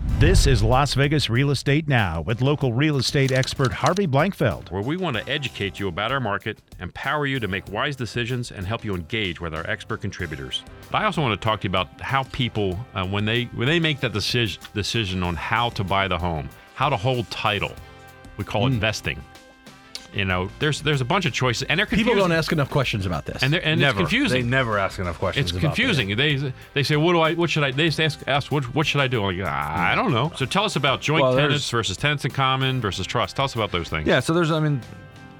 This is Las Vegas Real Estate Now with local real estate expert Harvey Blankfeld. where we want to educate you about our market, empower you to make wise decisions, and help you engage with our expert contributors. But I also want to talk to you about how people, uh, when they when they make that decision decision on how to buy the home, how to hold title, we call Hmm. it vesting. You know, there's there's a bunch of choices, and they're confusing. People don't ask enough questions about this. and they're and Never. it's confusing. They never ask enough questions. It's about that. confusing. They they say, "What do I? What should I?" They just ask, ask "What what should I do?" I'm like, "Ah, I don't know. So tell us about joint Hmm. Well, there's- tenants versus tenants in common versus trust. Tell us about those things. Yeah, so there's I mean,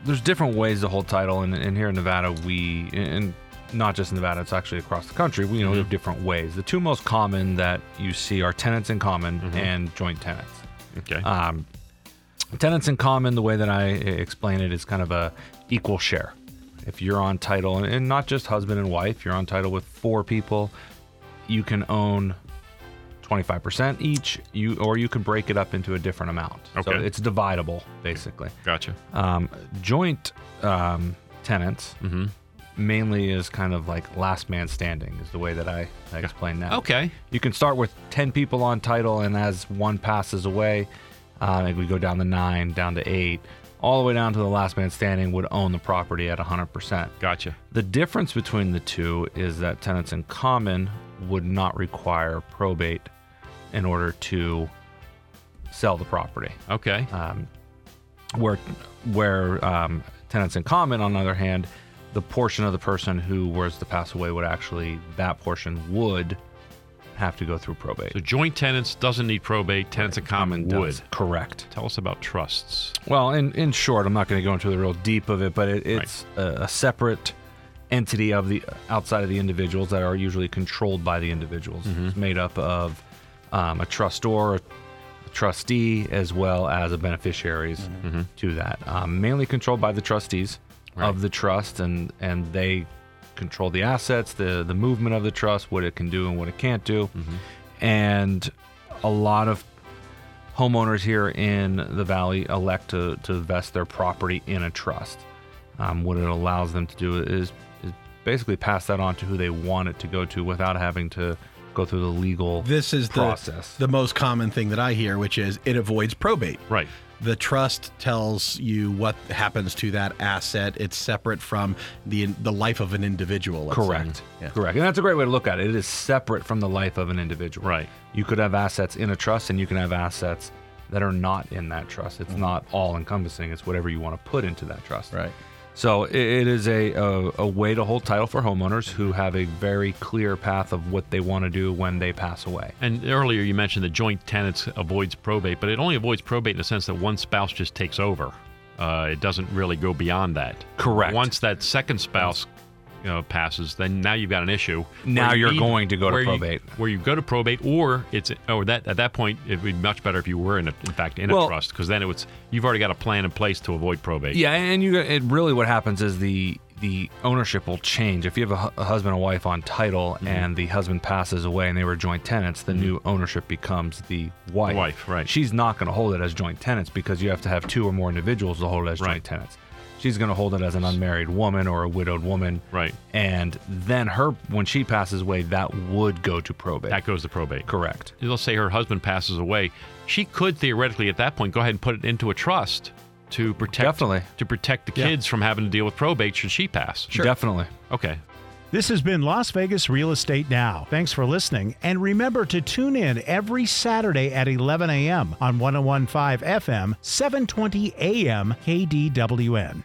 there's different ways to hold title, and, and here in Nevada, we and not just in Nevada, it's actually across the country. We, you know, we have different ways. The two most common that you see are tenants in common and joint tenants. Okay. Um, tenants in common, the way that I eh, explain it, is kind of a equal share. If you're on title, and- and not just husband and wife, you're on title with four people, you can own 25% each, you or you can break it up into a different amount. So Okay. it's dividable, basically. gotcha. Um, joint um, tenants mainly is kind of like last man standing, is the way that I, I explain that. Okay. You can start with 10 people on title, and as one passes away, uh, like we go down to nine, down to eight, all the way down to the last man standing would own the property at 100%. Gotcha. The difference between the two is that tenants in common would not require probate in order to sell the property. Okay. Uh, Where, where um, tenants in common, on the other hand, the portion of the person who was to pass away would actually, that portion would have to go through probate. So joint tenants doesn't need probate. Tenants in common would. does. Correct. Tell us about trusts. Well, in, in short, I'm not going to go into the real deep of it, but it, it's a, a separate entity of the outside of the individuals that are usually controlled by the individuals. Mm-hmm. It's made up of um, a trustor, a trustee, as well as a beneficiaries to that. Um, mainly controlled by the trustees of the trust, and and they control the assets, the the movement of the trust, what it can do and what it can't do, and a lot of homeowners here in the valley elect to, to vest their property in a trust. Um, what it allows them to do is, is basically pass that on to who they want it to go to without having to go through the legal this is the, process. the most common thing that I hear, which is it avoids probate. Right. The trust tells you what happens to that asset. It's separate from the the life of an individual. let's say. Correct. Yeah. Correct. And that's a great way to look at it. It is separate from the life of an individual. Right. You could have assets in a trust and you can have assets that are not in that trust. It's not all encompassing. It's whatever you want to put into that trust. Right. So i- it is a, a, a way to hold title for homeowners who have a very clear path of what they want to do when they pass away. And earlier you mentioned that joint tenants avoids probate, but it only avoids probate in the sense that one spouse just takes over. Uh, it doesn't really go beyond that. Correct. Once that second spouse you know, passes, then now you've got an issue. Now where you you're going to go to where you- probate. where you go to probate, or it's or that at that point it would be much better if you were in a, in fact in a Well- trust because then it was you've already got a plan in place to avoid probate. Yeah, and you it really what happens is the the ownership will change. If you have a, hu- a husband and wife on title Mm-hmm. and the husband passes away and they were joint tenants, the new ownership becomes the wife. wife, right. She's not going to hold it as joint tenants because you have to have two or more individuals to hold it as Right. joint tenants. She's going to hold it as an unmarried woman or a widowed woman. Right. And then her when she passes away, that would go to probate. That goes to probate. Correct. let's say her husband passes away, she could theoretically at that point go ahead and put it into a trust to protect Definitely. to protect the kids from having to deal with probate should she pass. Definitely. Okay. This has been Las Vegas Real Estate Now. Thanks for listening, and remember to tune in every Saturday at oh 11 a.m. on 1015 FM, 720 a.m. KDWN.